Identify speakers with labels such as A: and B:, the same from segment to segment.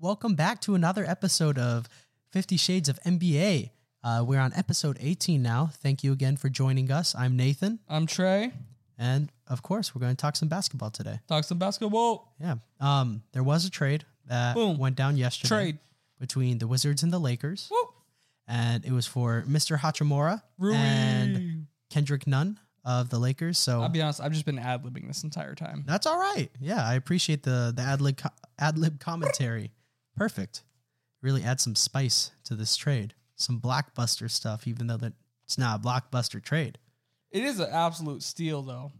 A: Welcome back to another episode of 50 Shades of NBA. Uh, we're on episode 18 now. Thank you again for joining us. I'm Nathan.
B: I'm Trey.
A: And of course, we're going to talk some basketball today.
B: Talk some basketball.
A: Yeah. Um, there was a trade that
B: Boom.
A: went down yesterday
B: Trade.
A: between the Wizards and the Lakers.
B: Woo.
A: And it was for Mr. Hachimura
B: Rui.
A: and Kendrick Nunn of the Lakers. So
B: I'll be honest, I've just been ad libbing this entire time.
A: That's all right. Yeah, I appreciate the the ad lib co- ad lib commentary. Perfect. Really add some spice to this trade. Some blockbuster stuff, even though that it's not a blockbuster trade.
B: It is an absolute steal, though.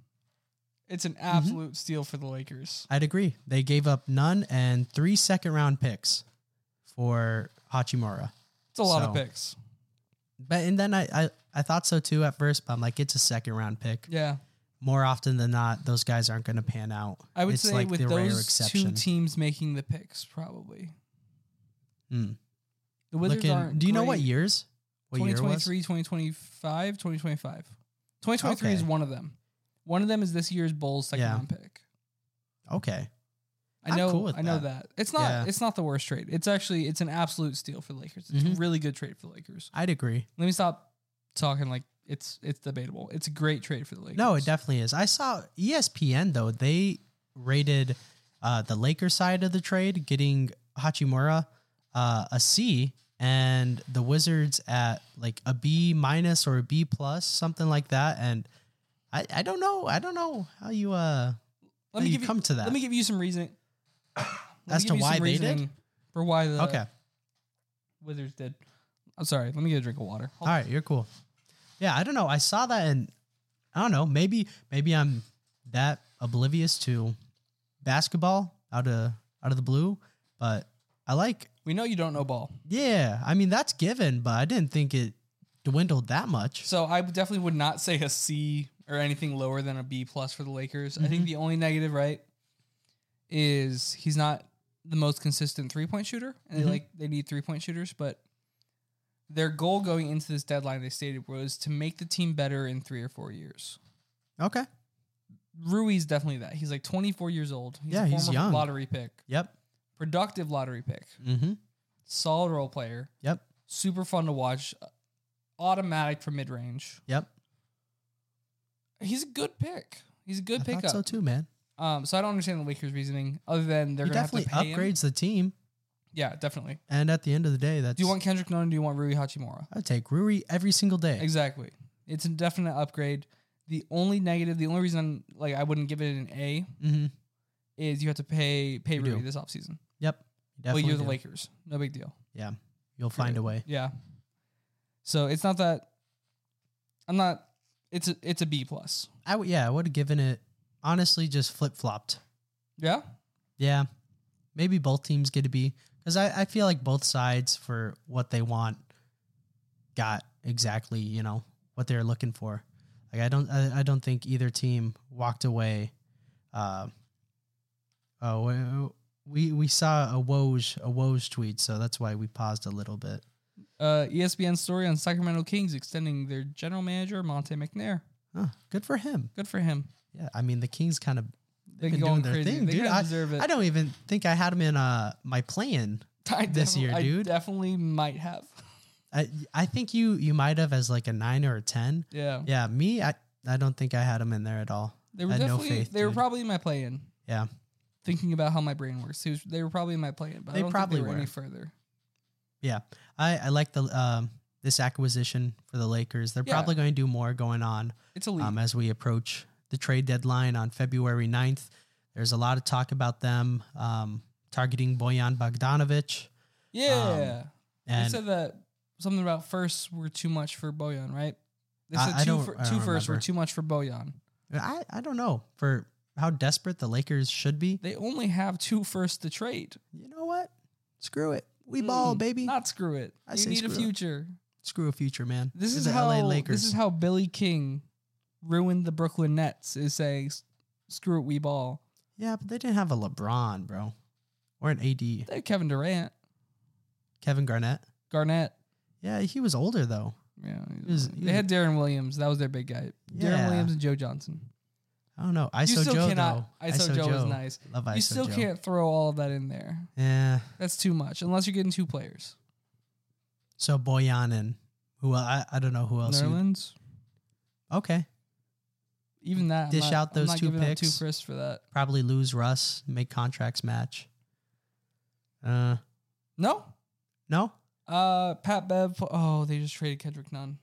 B: It's an
A: Mm-hmm.
B: absolute steal for the Lakers.
A: I'd agree. They gave up none and three second round picks for Hachimura.
B: It's a lot of
A: So-
B: picks.
A: But and then I, I I thought so too at first, but I'm like, it's a second round pick.
B: Yeah.
A: More often than not, those guys aren't going to pan out.
B: I would
A: it's
B: say
A: like
B: with
A: the rare
B: those two
A: exception.
B: teams making the picks, probably.
A: Hmm.
B: The Wizards
A: Looking-
B: aren't.
A: do you know
B: great.
A: what years? What year it was?
B: 2023, 2025, 2025. 2023 is
A: Okay.
B: one of them. One of them is this year's Bulls second
A: Yeah.
B: round pick.
A: Okay.
B: I
A: I'm
B: know
A: cool with
B: I know
A: that.
B: that. It's not
A: Yeah.
B: it's not the worst trade. It's actually it's an absolute steal for the Lakers. It's a
A: Mhm.
B: really good trade for the Lakers.
A: I'd agree.
B: Let me stop talking like it's it's debatable. It's a great trade for the Lakers.
A: No, it definitely is. I saw E ESPN though; they rated uh, the Lakers side of the trade getting Hachimura uh, a C, and the Wizards at like a B minus or a B plus, something like that. And I, I don't know. I don't know how you uh
B: let me
A: you
B: give
A: come
B: you,
A: to that.
B: Let me give you some reason let me
A: As
B: give
A: to
B: you
A: why
B: some
A: they did?
B: reasoning for why the
A: okay.
B: Wizards did. I'm sorry. Let me get a drink of water.
A: All right, you're cool. Yeah, I don't know. I saw that, and I don't know. Maybe maybe I'm that oblivious to basketball out of out of the blue, but I like
B: We know you don't know ball.
A: Yeah, I mean that's given, but I didn't think it dwindled that much.
B: So I definitely would not say a C or anything lower than a B plus for the Lakers. I
A: Mm-hmm.
B: think the only negative, right, is he's not the most consistent three point shooter, and
A: Mhm.
B: they like they need three point shooters. But their goal going into this deadline, they stated, was to make the team better in three or four years.
A: Okay.
B: Rui's definitely that. He's like 24 years old. He's
A: Yeah,
B: a
A: he's
B: former
A: young.
B: Lottery pick,
A: Yep.
B: productive lottery pick,
A: Mm-hmm.
B: solid role player,
A: Yep.
B: super fun to watch, automatic for mid range.
A: Yep.
B: He's a good pick. He's a good
A: I
B: pickup.
A: thought so too, man.
B: Um, so I don't understand the Lakers' reasoning other than they're
A: he
B: going to have
A: definitely
B: to pay him.
A: upgrades the team,
B: Yeah, definitely.
A: and at the end of the day, that's
B: Do you want Kendrick Nunn? Do you want Rui Hachimura?
A: I take Rui every single day.
B: Exactly. It's a definite upgrade. The only negative, the only reason like I wouldn't give it an A
A: mm-hmm.
B: is you have to pay pay
A: You
B: Rui
A: do.
B: this offseason.
A: Yep.
B: But
A: Definitely.
B: you're the
A: do.
B: Lakers. No big deal.
A: You'll find a way.
B: Yeah. So it's not that. I'm not. It's a it's a B plus.
A: I would. Yeah, I would have given it. Honestly, just flip flopped.
B: Yeah.
A: Yeah. Maybe both teams get a B because I, I feel like both sides for what they want got exactly you know what they're looking for. Like I don't I, I don't think either team walked away. Uh, oh, we we saw a Woj a Woj tweet, so that's why we paused a little bit.
B: Uh, ESPN story on Sacramento Kings extending their general manager Monte McNair.
A: Huh, good for him.
B: Good for him.
A: Yeah, I mean the Kings kind of
B: They're
A: been doing
B: going
A: their
B: crazy.
A: thing,
B: They
A: dude.
B: kinda deserve it.
A: I don't even think I had him in uh my plan.
B: I
A: this
B: defi-
A: year, dude.
B: I definitely might have.
A: I I think you you might have as like a nine or a ten.
B: Yeah,
A: Yeah, me, I, I don't think I had him in there at all.
B: they were
A: I had no
B: definitely.
A: faith,
B: they were
A: dude.
B: probably in my play-in.
A: Yeah.
B: Thinking about how my brain works, He was- they were probably in my play-in, but
A: They
B: I don't
A: probably
B: think they were,
A: were.
B: any further.
A: I, I like the um this acquisition for the Lakers. They're
B: Yeah.
A: probably going to do more going on
B: It's a lead.
A: um, as we approach the trade deadline on February 9th. There's a lot of talk about them um, targeting Boyan Bogdanovich.
B: yeah, they
A: um, And
B: said that something about firsts were too much for Bojan, right? They
A: I-
B: said
A: I
B: two,
A: don't-
B: fir-
A: I don't
B: two firsts were
A: remember.
B: too much for Bojan.
A: I, I don't know for how desperate the Lakers should be.
B: They only have two firsts to trade.
A: You know what? Screw it. We ball,
B: Mm,
A: baby.
B: Not screw it.
A: I
B: you
A: say
B: need a
A: screw it.
B: future.
A: Screw a future, man.
B: This
A: You're
B: is
A: the
B: how
A: LA Lakers.
B: this is how Billy King ruined the Brooklyn Nets. Is saying, "S- "Screw it, we ball."
A: yeah, but they didn't have a LeBron, bro, or an AD.
B: They had Kevin Durant,
A: Kevin Garnett.
B: Garnett.
A: Yeah, he was older though.
B: Yeah,
A: was-
B: they had Darren Williams. That was their big guy.
A: Yeah.
B: Darren Williams and Joe Johnson.
A: I don't know. ISO
B: you still
A: Joe
B: cannot.
A: though.
B: ISO, Joe, is nice.
A: Love ISO
B: you still
A: Joe.
B: can't throw all of that in there.
A: Yeah.
B: That's too much. Unless you're getting two players.
A: So Boyan and who I I don't know who else. you-
B: Nerlens.
A: okay.
B: Even that. I'm
A: Dish
B: not-
A: out those
B: I'm not
A: two
B: giving up two
A: picks.
B: firsts for that.
A: Probably lose Russ. Make contracts match. Uh,
B: No.
A: no.
B: Uh, Pat Bev. Oh, they just traded Kendrick Nunn.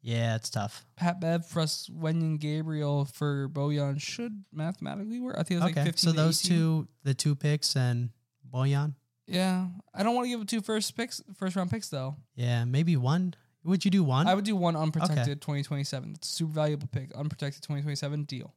A: Yeah, it's tough.
B: Pat Bev for us, Wenyon Gabriel for Bojan should mathematically work. I think it's
A: okay.
B: like 15
A: so
B: to
A: those
B: 18.
A: two, the two picks and Boyan.
B: Yeah, I don't want to give up two first picks, first round picks though.
A: Yeah, maybe one. Would you do one?
B: I
A: I
B: would do one unprotected 2027. It's a super valuable pick. Unprotected 2027 deal.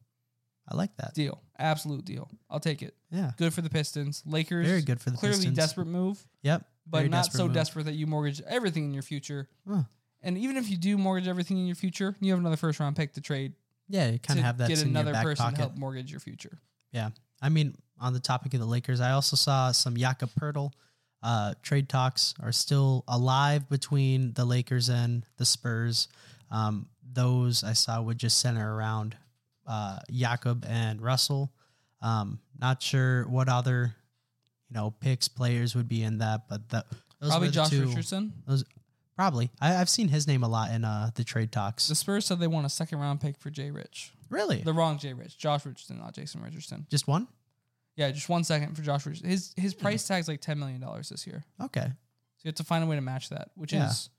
A: like that.
B: Deal. Absolute deal. I'll take it.
A: Yeah.
B: Good for the Pistons. Lakers.
A: Very good for the
B: clearly
A: Pistons.
B: desperate move,
A: Yep.
B: but
A: Very
B: not
A: desperate
B: so
A: move.
B: desperate that you mortgage everything in your future.
A: Huh.
B: And even if you do mortgage everything in your future, you have another first round pick to trade
A: Yeah, you kind
B: to
A: of have that
B: get
A: in your
B: another
A: back
B: person
A: pocket.
B: to help mortgage your future.
A: I mean, on the topic of the Lakers, I also saw some Jakob Pertl. Uh, trade talks are still alive between the Lakers and the Spurs. Um, those I saw would just center around uh, Jakob and Russell. Um, not sure what other, you know, picks players would be in that, but that those
B: Probably
A: were the
B: Josh
A: two-
B: Richardson.
A: Probably, I, I've seen his name a lot in uh, the trade talks.
B: The Spurs said they want a second round pick for Jay Rich.
A: really,
B: The wrong Jay Rich, Josh Richardson, not Jason Richardson.
A: just one?
B: Yeah, just one second for Josh Richardson. His his price tag's like ten million dollars this year.
A: Okay,
B: So you have to find a way to match that, which
A: Yeah.
B: is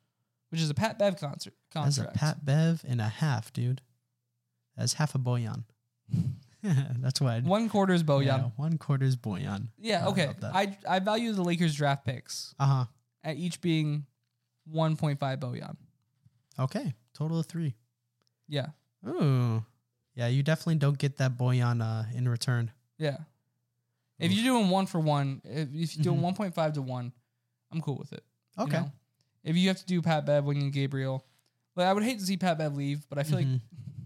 B: which is a Pat Bev concert
A: That's a
B: contract.
A: Pat Bev and a half, dude. That's half a boyan. That's why. I'd-
B: One quarter is Bojan.
A: yeah,
B: Yeah,
A: one quarter's boyan. I
B: okay.
A: love that.
B: I I value the Lakers draft picks
A: Uh huh.
B: at each being one point five Bojan.
A: Okay. Total of three.
B: Yeah.
A: Ooh. Yeah, you definitely don't get that boyan uh, in return.
B: Yeah. If you're doing one for one, if, if you're doing
A: Mhm.
B: point five to one, I'm cool with it. you
A: Okay.
B: know? If you have to do Pat Bev, Wing and Gabriel, like I would hate to see Pat Bev leave, but I feel like
A: Mhm. Mm-hmm.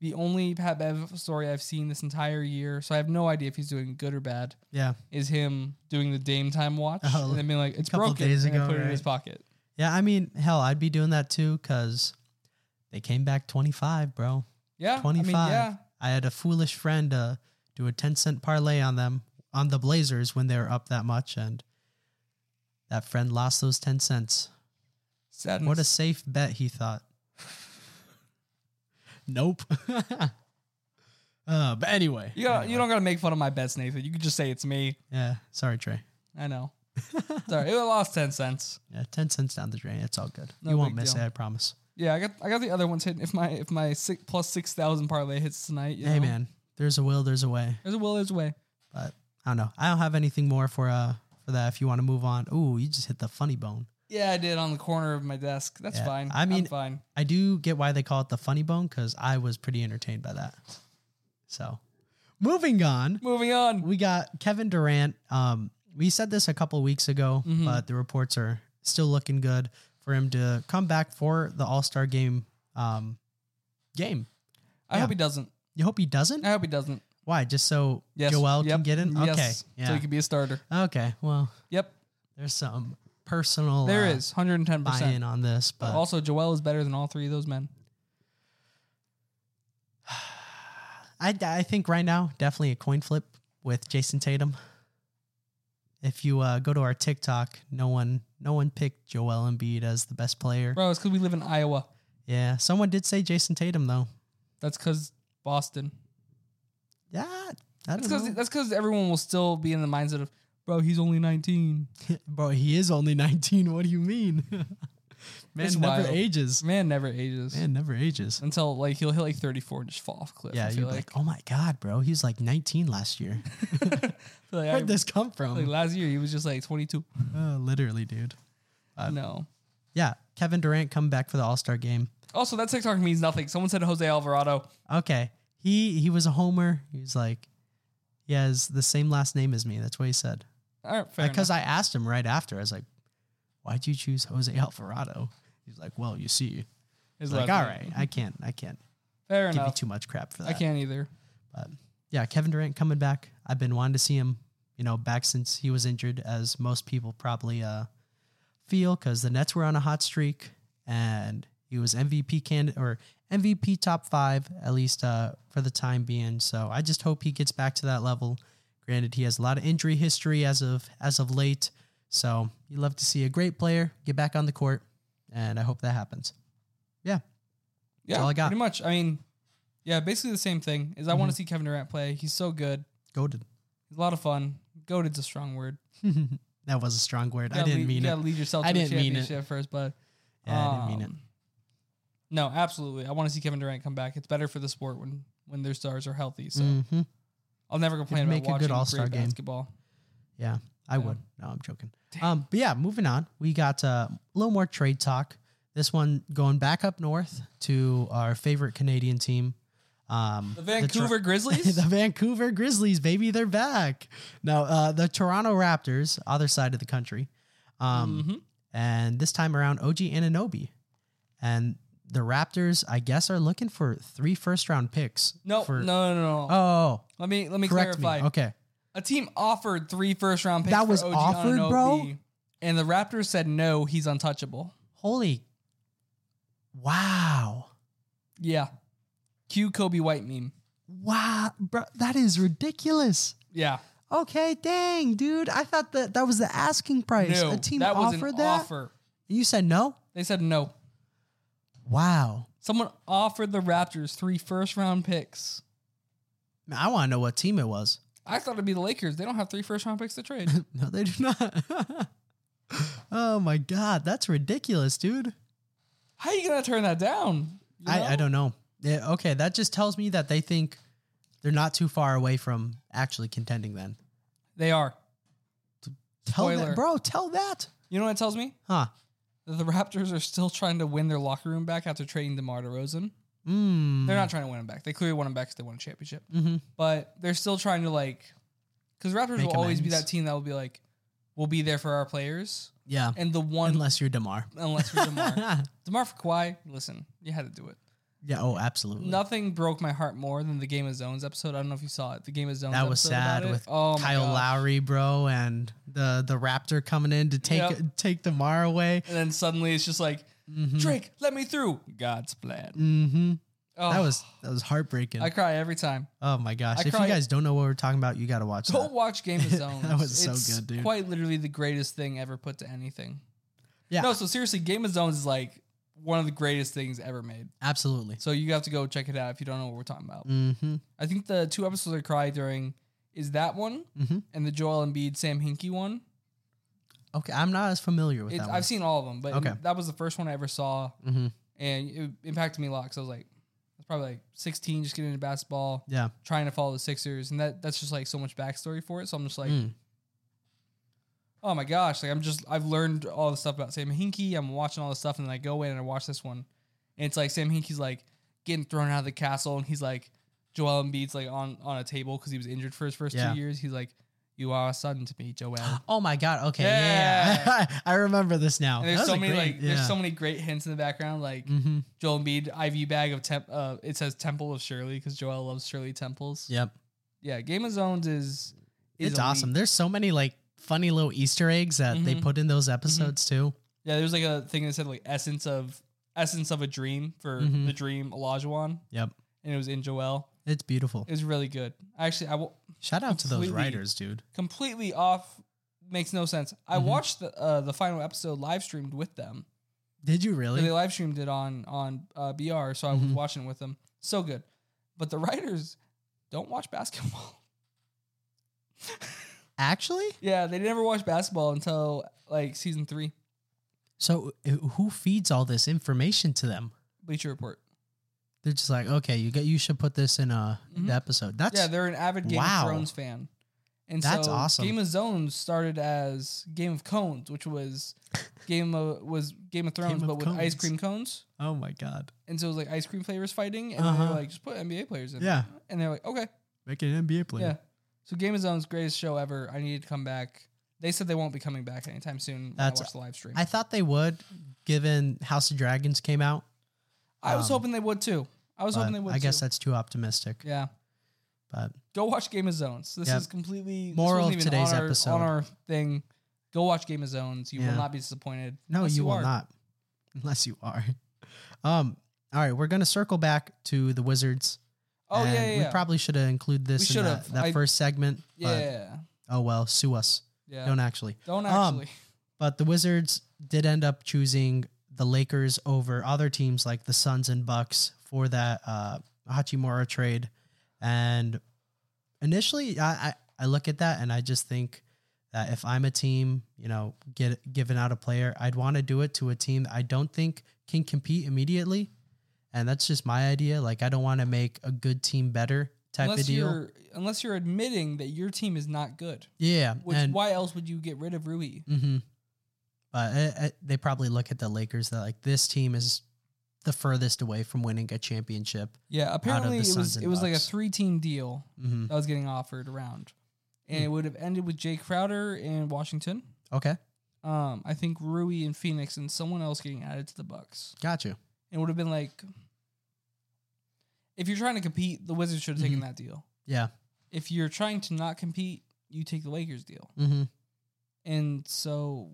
B: the only Pat Bev story I've seen this entire year, so I have no idea if he's doing good or bad,
A: Yeah.
B: is him doing the Dame Time watch
A: Oh,
B: and then being like, "It's
A: couple
B: broken,"
A: days
B: and then
A: ago,
B: put it in his
A: right?
B: pocket.
A: Yeah, I mean, hell, I'd be doing that too because they came back 25, bro.
B: Yeah, I mean,
A: 25.
B: yeah,
A: I had a foolish friend uh, do a 10 cent parlay on them, on the Blazers when they were up that much. And that friend lost those 10 cents.
B: sadness.
A: What a safe bet, he thought. nope. uh, but anyway.
B: you got,
A: Anyway.
B: you don't gotta make fun of my bets, Nathan. You can just say it's me.
A: Yeah. Sorry, Trey.
B: I know. Sorry, it lost ten cents.
A: Yeah, 10 cents down the drain. It's all good.
B: No
A: you won't
B: big
A: miss
B: deal.
A: it, I promise.
B: Yeah, I got I got the other ones hitting. If my if my six, plus six thousand parlay hits tonight, you
A: Hey,
B: know,
A: man. There's a will, there's a way.
B: there's a will, there's a way.
A: But I don't know. I don't have anything more for uh for that if you want to move on. Ooh, you just hit the funny bone.
B: Yeah, I did on the corner of my desk. That's
A: Yeah,
B: fine.
A: I
B: I'm
A: mean-
B: fine.
A: I do get why they call it the funny bone because I was pretty entertained by that. So moving on.
B: Moving on.
A: we got Kevin Durant. Um, we said this a couple weeks ago,
B: Mhm.
A: but the reports are still looking good for him to come back for the All Star game. Um, game.
B: I
A: Yeah.
B: hope he doesn't.
A: You hope he doesn't.
B: I hope he doesn't.
A: Why? Just so
B: Uh, Yes.
A: Joel
B: Yep.
A: can get in. Okay.
B: Yes.
A: Yeah.
B: So he could be a starter.
A: okay. Well,
B: Yep.
A: there's some personal
B: There
A: uh,
B: is 110%.
A: buy-in on this,
B: But
A: but
B: also, Joel is better than all three of those men.
A: I, I think right now definitely a coin flip with Jason Tatum. If you uh, go to our TikTok, no one no one picked Joel Embiid as the best player.
B: Bro, it's because we live in Iowa.
A: Yeah, someone did say Jason Tatum though.
B: That's because Boston.
A: Yeah, I
B: That's
A: don't
B: because
A: know.
B: that's because everyone will still be in the mindset of, bro, he's only 19.
A: bro. He is only nineteen. What do you mean? Man
B: It's
A: never
B: wild. Mm. This
A: ages.
B: man never ages.
A: Man never ages.
B: Until like he'll hit like 34 and just fall off a cliff.
A: Yeah,
B: I feel
A: you're
B: like,
A: like, oh my god, bro. He was like nineteen last year.
B: I feel like I-
A: Where'd this come
B: like,
A: from?
B: last year he was just like 22.
A: Uh, literally, dude. Uh,
B: no.
A: Yeah, Kevin Durant coming back for the All Star game.
B: Also, that TikTok means nothing. Someone said Jose Alvarado.
A: Okay, he he was a homer. He was like, he has the same last name as me. That's what he said.
B: All right, fair
A: Because I asked him right after. I was like, why'd you choose Jose Alvarado? He's like, well, you see.
B: He's
A: like, all right, I can't, I can't
B: fair
A: give you
B: enough.
A: too much crap for that.
B: I can't either.
A: But yeah, Kevin Durant coming back. I've been wanting to see him, you know, back since he was injured, as most people probably uh, feel, because the Nets were on a hot streak and he was MVP candidate or MVP top five, at least uh, for the time being. So I just hope he gets back to that level. Granted, he has a lot of injury history as of as of late. So you love to see a great player get back on the court, and I hope that happens.
B: Yeah,
A: all I got. Mm-hmm.
B: pretty much. I mean, yeah, basically the same thing. Is I want to see Kevin Durant play. He's so good.
A: Goaded.
B: He's a lot of fun. Goaded's a strong word.
A: that was a strong word. I
B: Gotta
A: didn't
B: lead,
A: mean
B: you
A: it.
B: Gotta lead yourself
A: I
B: to a
A: didn't mean it.
B: championship first, but
A: Yeah, I didn't mean it.
B: No, absolutely. I want to see Kevin Durant come back. It's better for the sport when when their stars are healthy. So
A: hmm
B: I'll never complain about
A: make a good
B: watching
A: all-star
B: great
A: game.
B: basketball.
A: Yeah, I
B: Yeah.
A: would. No, I'm joking. Um, but yeah, moving on. We got uh, a little more trade talk. This one going back up north to our favorite Canadian team, um,
B: The
A: Tor-
B: Vancouver Grizzlies.
A: the Vancouver Grizzlies, baby, they're back. No, uh, the Toronto Raptors, other side of the country. Um,
B: Mhm.
A: And this time around, OG Ananobi. And the Raptors, I guess, are looking for three first round picks.
B: No,
A: for,
B: no, no, no.
A: Oh,
B: let me let me
A: correct
B: clarify.
A: me. Okay.
B: A team offered three first round picks.
A: That
B: for
A: was
B: OG
A: offered, bro?
B: Anunoby, And the Raptors said no. He's untouchable.
A: Holy. Wow.
B: Yeah. Cue Kobe White meme.
A: Wow. Bro, that is ridiculous.
B: Yeah.
A: Okay, dang, dude. I thought that that was the asking price.
B: No,
A: a team
B: that was
A: offered
B: an
A: that.
B: offer.
A: You said no?
B: They said no.
A: Wow.
B: Someone offered the Raptors three first round picks.
A: Man, I want to know what team it was.
B: I thought it'd be the Lakers. They don't have three first round picks to trade.
A: No, they do not. oh my god, that's ridiculous, dude.
B: How are you gonna turn that down? You know?
A: I, I don't know. Yeah, okay, that just tells me that they think they're not too far away from actually contending. Then
B: They are.
A: tell
B: Spoiler.
A: that, bro. Tell that,
B: You know what it tells me?
A: huh?
B: That the Raptors are still trying to win their locker room back after trading DeMar DeRozan.
A: Mm.
B: They're not trying to win him back. They clearly won him back because they won a championship.
A: Mhm.
B: But they're still trying to like, because Raptors
A: Make
B: will always be
A: amends.
B: that team that will be like, we'll be there for our players.
A: Yeah,
B: And the one
A: unless you're Demar.
B: unless for DeMar, DeMar for Kawhi. Listen, you had to do it.
A: yeah. Oh, absolutely.
B: Nothing broke my heart more than the Game of Zones episode. I don't know if you saw it. The Game of Zones.
A: That was
B: episode about
A: sad
B: it.
A: with
B: oh my
A: Kyle
B: gosh.
A: Lowry, bro, and the the Raptor coming in to take
B: Yep.
A: take Demar away.
B: And then suddenly it's just like,
A: Mhm.
B: Drake, let me through. God's plan.
A: Mm-hmm.
B: Oh,
A: That was that was heartbreaking.
B: I cry every time.
A: oh my gosh!
B: I
A: if
B: cried-
A: you guys don't know what we're talking about, you got to watch.
B: Go
A: that.
B: watch Game of Zones.
A: That was so
B: It's
A: good, dude.
B: Quite literally the greatest thing ever put to anything.
A: Yeah.
B: No, so seriously, Game of Zones is like one of the greatest things ever made.
A: Absolutely.
B: So you have to go check it out if you don't know what we're talking about.
A: Mm-hmm.
B: I think the two episodes I cried during is that one
A: Mhm.
B: and the Joel Embiid Sam Hinkie one.
A: Okay, I'm not as familiar with
B: It's,
A: that one.
B: I've seen all of them, but
A: Okay.
B: that was the first one I ever saw,
A: Mhm.
B: and it impacted me a lot because I was like, I was probably like 16, just getting into basketball.
A: Yeah.
B: trying to follow the Sixers, and that that's just like so much backstory for it. So I'm just like,
A: Mm.
B: oh my gosh, like I'm just I've learned all the stuff about Sam Hinkie. I'm watching all the stuff, and then I go in and I watch this one, and it's like Sam Hinkie's like getting thrown out of the castle, and he's like Joel Embiid's like on on a table because he was injured for his first
A: Yeah.
B: two years. He's like, you are a son to me, Joel.
A: Oh my god. Okay. Yeah. I remember this now.
B: And there's
A: That
B: so
A: was a
B: many
A: great-
B: like there's so many great hints in the background like
A: Mhm.
B: Joel Embiid IV bag of temp uh, it says Temple of Shirley because Joel loves Shirley temples
A: Yep.
B: yeah Game of Zones is, is
A: It's
B: elite.
A: awesome. There's so many like funny little Easter eggs that they
B: Mhm.
A: put in those episodes too.
B: Yeah, there's like a thing that said like essence of essence of a dream for
A: Mhm.
B: the dream Olajuwon,
A: Yep.
B: and it was in Joel.
A: It's beautiful.
B: It was really good. Actually, I w-
A: Shout out to those
B: Completely.
A: writers, dude.
B: completely off makes no sense. I
A: Mhm.
B: watched the uh, the final episode live streamed with them.
A: Did you
B: They
A: really?
B: live streamed it on on uh, BR, so I was
A: Mhm.
B: watching it with them. So good, but the writers don't watch basketball.
A: Actually?
B: yeah, they never watched basketball until like season three,
A: So uh, who feeds all this information to them?
B: Bleacher Report.
A: They're just like, okay, you get you should put this in a
B: Mhm.
A: the episode. That's
B: yeah, they're an avid Game
A: Wow.
B: of Thrones fan. And
A: That's
B: so
A: awesome.
B: Game of Zones started as Game of Cones, which was Game of was Game of Thrones,
A: of
B: but with
A: Cones.
B: ice cream cones.
A: oh my god.
B: And so it was like ice cream flavors fighting, and they
A: Uh-huh.
B: were like, just put NBA players in.
A: Yeah.
B: And they're like, okay,
A: Make it an NBA
B: yeah. So Game of Zones, greatest show ever. I needed to come back. They said they won't be coming back anytime soon. When
A: That's-
B: I watched the live stream.
A: I thought they would, given House of Dragons came out.
B: I was
A: um,
B: hoping they would too. I was
A: but
B: hoping they would.
A: I guess
B: too.
A: that's too optimistic.
B: yeah.
A: But
B: Go watch Game of Zones. This
A: Yep.
B: is completely this
A: Moral
B: wasn't
A: of
B: even
A: today's
B: on our,
A: episode.
B: on our thing. Go watch Game of Zones. You
A: Yeah.
B: will not be disappointed.
A: no,
B: Unless
A: you, will
B: are.
A: not, unless you are. Um, All right, we're gonna circle back to the Wizards.
B: Oh
A: and
B: yeah, yeah.
A: We
B: yeah.
A: probably should have included
B: We
A: this in
B: should've.
A: that, that
B: I-
A: first segment.
B: yeah,
A: But, oh well, sue us.
B: yeah.
A: Don't actually.
B: Don't
A: um,
B: actually.
A: But the Wizards did end up choosing the Lakers over other teams like the Suns and Bucks for that uh, Hachimura trade. And initially, I, I, I look at that and I just think that if I'm a team, you know, get giving out a player, I'd want to do it to a team that I don't think can compete immediately. And that's just my idea. Like, I don't want to make a good team better type
B: unless
A: of deal.
B: you're unless you're admitting that your team is not good.
A: Yeah.
B: Which
A: and-
B: why else would you get rid of Rui?
A: Mm-hmm. But uh, uh, they probably look at the Lakers. They're like, this team is the furthest away from winning a championship.
B: Yeah, apparently it
A: Suns
B: was
A: and
B: it was like a
A: Bucks.
B: three team deal
A: Mm-hmm.
B: that was getting offered around, and
A: Hmm.
B: it would have ended with Jay Crowder in Washington.
A: Okay,
B: Um, I think Rui in Phoenix and someone else getting added to the Bucks.
A: got you.
B: It would have been like, if you're trying to compete, the Wizards should have
A: Mm-hmm.
B: taken that deal.
A: Yeah.
B: If you're trying to not compete, you take the Lakers deal.
A: Mm-hmm.
B: And so,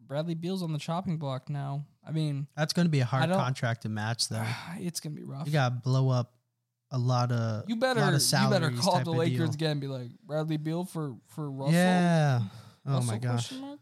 B: Bradley Beal's on the chopping block now. I mean,
A: That's going to be a hard
B: don't-
A: contract to match, though.
B: it's gonna be rough.
A: You got to blow up a lot of.
B: You better
A: lot of
B: you better
A: salaries
B: call
A: type
B: the
A: of
B: Lakers
A: deal.
B: again and be like Bradley Beal for for Russell.
A: Yeah. Oh
B: Russell,
A: my gosh.
B: question mark?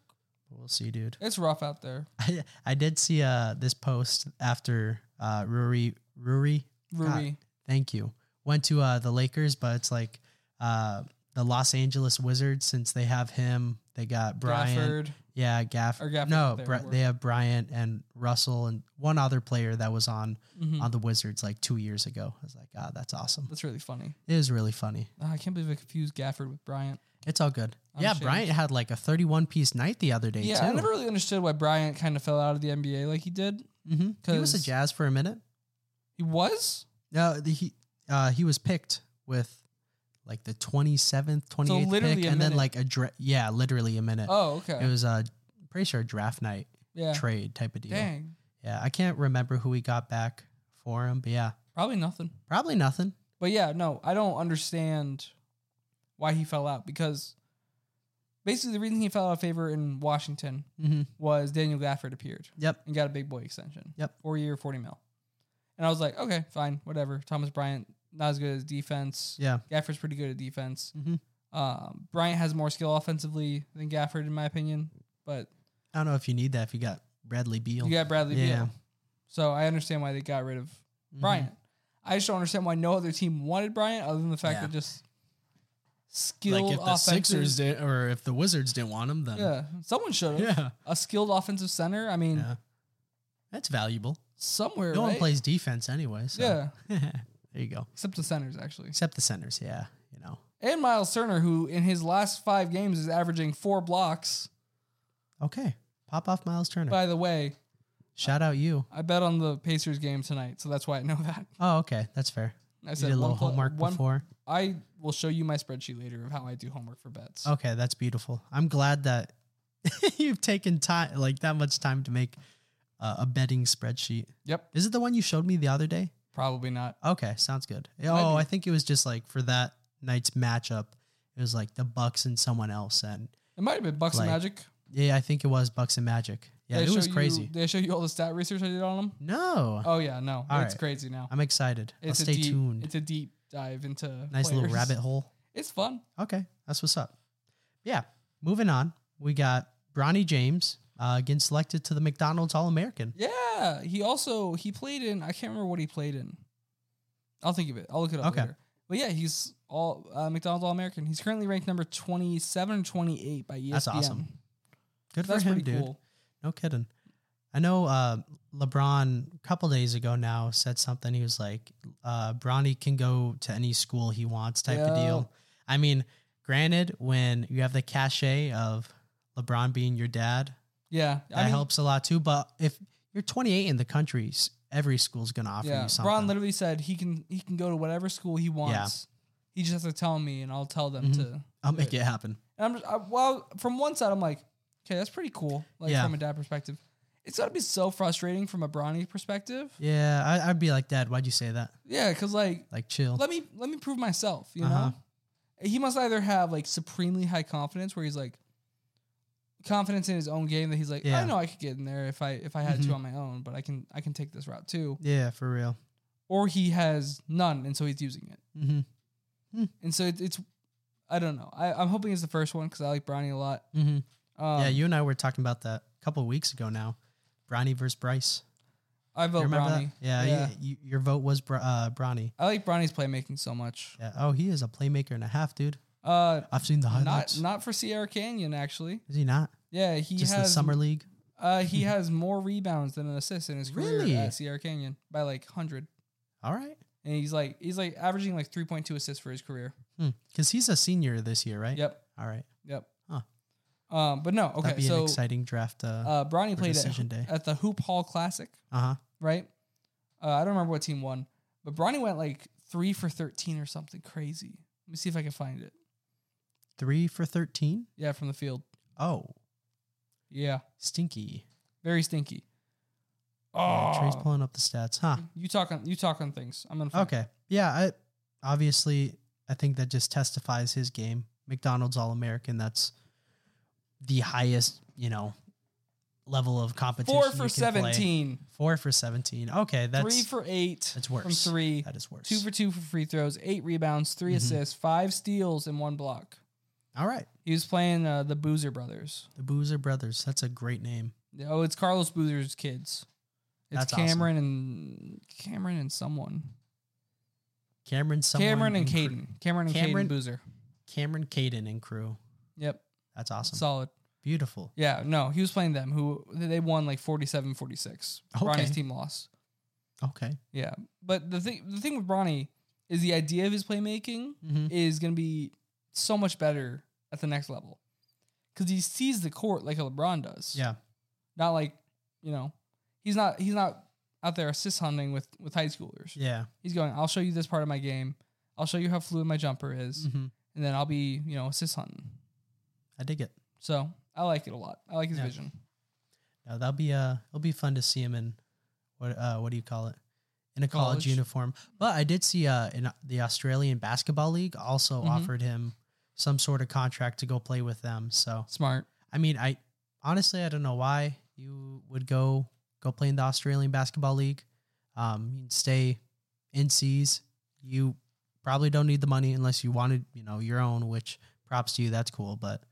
A: We'll see, dude.
B: It's rough out there.
A: I, I did see uh this post after uh Ruri Ruri
B: Ruby.
A: Thank you. Went to uh, the Lakers, but it's like uh, the Los Angeles Wizards since they have him. They got Bryant.
B: Bradford.
A: Yeah, Gaff.
B: Or Gafford's
A: no,
B: not there
A: Bra-
B: anymore.
A: they have Bryant and Russell and one other player that was on
B: Mhm.
A: on the Wizards like two years ago. I was like, ah, that's awesome.
B: That's really funny.
A: It was really funny.
B: Ah, I can't believe I confused Gafford with Bryant.
A: It's all good.
B: I'm
A: yeah,
B: ashamed.
A: Bryant had like a 31 piece night the other day
B: Yeah,
A: too.
B: I never really understood why Bryant kind of fell out of the NBA like he did.
A: hmm He was a
B: 'cause-
A: Jazz for a minute.
B: He was
A: No, the, he uh, he was picked with like the 27th, 28th
B: literally
A: pick,
B: a
A: and then
B: minute.
A: like a dra- yeah, literally a minute.
B: Oh, okay.
A: It was uh, pretty sure a draft night
B: yeah.
A: trade type of deal.
B: Dang.
A: Yeah, I can't remember who we got back for him, but yeah,
B: Probably nothing.
A: probably nothing.
B: But yeah, no, I don't understand why he fell out because basically the reason he fell out of favor in Washington
A: Mm-hmm.
B: was Daniel Gafford appeared.
A: Yep.
B: and got a big boy extension.
A: Yep.
B: Four year, 40 mil. And I was like, okay, fine, whatever. Thomas Bryant, not as good as defense.
A: Yeah.
B: Gafford's pretty good at defense.
A: Mhm.
B: Um, Bryant has more skill offensively than Gafford, in my opinion. But
A: I don't know if you need that if you got Bradley Beal.
B: you got Bradley
A: Yeah.
B: Beal. So I understand why they got rid of
A: Mhm.
B: Bryant. I just don't understand why no other team wanted Bryant other than the fact
A: Yeah.
B: that just skilled
A: Like if the
B: offensive.
A: Sixers did, or if the Wizards didn't want him, then
B: yeah, Mm-hmm. someone should have.
A: yeah,
B: A skilled offensive center. I mean,
A: Yeah. that's valuable.
B: somewhere.
A: No one
B: right?
A: plays defense anyway. So.
B: Yeah,
A: there you go.
B: except the centers actually.
A: Except the centers. Yeah, you know.
B: And Miles Turner, who in his last five games is averaging four blocks.
A: Okay. Pop off Miles Turner.
B: By the way,
A: Shout out you.
B: I bet on the Pacers game tonight, so that's why I know that.
A: Oh, okay. That's fair.
B: I
A: You did a little
B: one pl-
A: homework
B: one-
A: before.
B: I will show you my spreadsheet later of how I do homework for bets.
A: Okay, that's beautiful. I'm glad that you've taken time, like that much time to make uh, a betting spreadsheet.
B: Yep,
A: Is it the one you showed me the other day?
B: probably not.
A: Okay, sounds good.
B: Might
A: Oh,
B: be.
A: I think it was just like for that night's matchup. It was like the Bucks and someone else, and
B: It might have been Bucks
A: Like,
B: and Magic.
A: yeah, I think it was Bucks and Magic. Yeah,
B: Did I
A: it was
B: show you-
A: crazy.
B: Did I show you all the stat research I did on them?
A: no,
B: Oh yeah, no,
A: All
B: it's
A: right.
B: crazy now.
A: I'm excited. I'll
B: It's a
A: stay
B: deep,
A: tuned.
B: It's a deep dive into
A: nice little
B: players.
A: rabbit hole.
B: It's fun.
A: Okay, that's what's up. Yeah, moving on. We got Bronny James uh, getting selected to the McDonald's All American.
B: Yeah, he also he played in. I can't remember what he played in. I'll think of it. I'll look it up
A: Okay.
B: later. But yeah, he's all uh, McDonald's All American. He's currently ranked number 27 and 28 by E ESPN.
A: That's awesome. Good for
B: That's
A: him,
B: pretty
A: dude.
B: cool.
A: No kidding. I know uh, LeBron a couple days ago now said something. He was like, uh, Bronny can go to any school he wants type of
B: Yeah.
A: deal. I mean, granted, when you have the cachet of LeBron being your dad,
B: Yeah,
A: that helps a lot too. But if you're 28 in the country, s- every school's going to offer
B: Yeah,
A: you something.
B: Ron literally said he can he can go to whatever school he wants. He just has to tell me, and I'll tell them
A: Mhm.
B: to. And
A: I'll make it happen.
B: I'm just, I, well, from one side, I'm like, okay, that's pretty cool. Like
A: Yeah.
B: from a dad perspective, it's got to be so frustrating from a Bronny perspective.
A: Yeah, I, I'd be like, Dad, why'd you say that?
B: Yeah, because like
A: Like, chill.
B: let me let me prove myself you
A: Uh-huh.
B: know he must either have like supremely high confidence where he's like confidence in his own game that he's like, I
A: Yeah.
B: know I could get in there if I if I had
A: Mhm.
B: to on my own, but I can I can take this route too.
A: Yeah, for real.
B: Or he has none, and so he's using it.
A: Mm-hmm.
B: And so it, it's, I don't know. I, I'm hoping it's the first one because I like Bronny a lot.
A: Mm-hmm.
B: Um,
A: yeah, you and I were talking about that a couple weeks ago now. Bronny versus Bryce.
B: I
A: You
B: vote
A: remember
B: Bronny.
A: that? Yeah, You, you, your vote was Br- uh, Bronny.
B: I like Bronny's playmaking so much.
A: Yeah. Oh, he is a playmaker and a half, dude.
B: Uh,
A: I've seen the
B: not
A: highlights.
B: not for Sierra Canyon actually.
A: is he not?
B: Yeah, he
A: Just the
B: has
A: summer league.
B: Uh, he has more rebounds than an assist in his career
A: Really?
B: at Sierra Canyon by like hundred,
A: All right.
B: and he's like he's like averaging like three point two assists for his career.
A: Because Hmm. he's a senior this year, right?
B: Yep,
A: All right.
B: yep.
A: Huh.
B: Um, but no, okay.
A: That'd be an
B: So
A: exciting draft. Uh
B: uh, Bronny
A: for
B: played
A: decision day.
B: at, at the Hoop Hall Classic,
A: huh.
B: right? Uh, I don't remember what team won, but Bronny went like three for thirteen or something crazy. Let me see if I can find it.
A: Three for 13.
B: Yeah, from the field.
A: Oh,
B: Yeah,
A: stinky.
B: very stinky.
A: Yeah, Trey's
B: Oh,
A: pulling up the stats, huh?
B: you talk on you talk on things. I'm gonna find
A: Okay. Yeah. I, obviously, I think that just testifies his game. McDonald's All American. That's the highest, you know, level of competition.
B: four
A: you
B: for
A: can play.
B: seventeen.
A: Four for 17. Okay. That's
B: three for eight
A: that's
B: from
A: worse.
B: three,
A: That is worse.
B: two for two for free throws, eight rebounds, 3
A: Mhm.
B: assists, five steals, and one block.
A: All right.
B: He was playing uh, the Boozer brothers.
A: The Boozer Brothers. That's a great name.
B: Oh, it's Carlos Boozer's kids. It's
A: That's awesome.
B: Cameron and Cameron and someone.
A: Cameron, someone
B: Cameron and
A: crew-
B: Caden. Cameron and Caden
A: Cameron-
B: Boozer.
A: Cameron, Caden, and crew.
B: Yep.
A: That's awesome.
B: Solid.
A: Beautiful.
B: Yeah, no, he was playing them who they won like 47-46.
A: Okay.
B: Bronny's team lost.
A: Okay.
B: Yeah. But the thing the thing with Bronny is the idea of his playmaking
A: Mm-hmm.
B: is going to be so much better at the next level because he sees the court like a LeBron does.
A: Yeah.
B: not like you know, he's not he's not out there assist hunting with with high schoolers.
A: Yeah.
B: He's going. I'll show you this part of my game. I'll show you how fluid my jumper is,
A: hmm
B: and then I'll be you know assist hunting.
A: I dig it.
B: So I like it a lot. I like his
A: Yeah.
B: vision.
A: No, that'll be uh it'll be fun to see him in what uh what do you call it? In a college,
B: College.
A: uniform. But I did see uh in the Australian Basketball League also
B: Mhm.
A: offered him some sort of contract to go play with them. So
B: Smart.
A: I mean I honestly I don't know why you would go go play in the Australian Basketball League. Um you can stay in C's. You probably don't need the money unless you wanted, you know, your own, which props to you, that's cool. But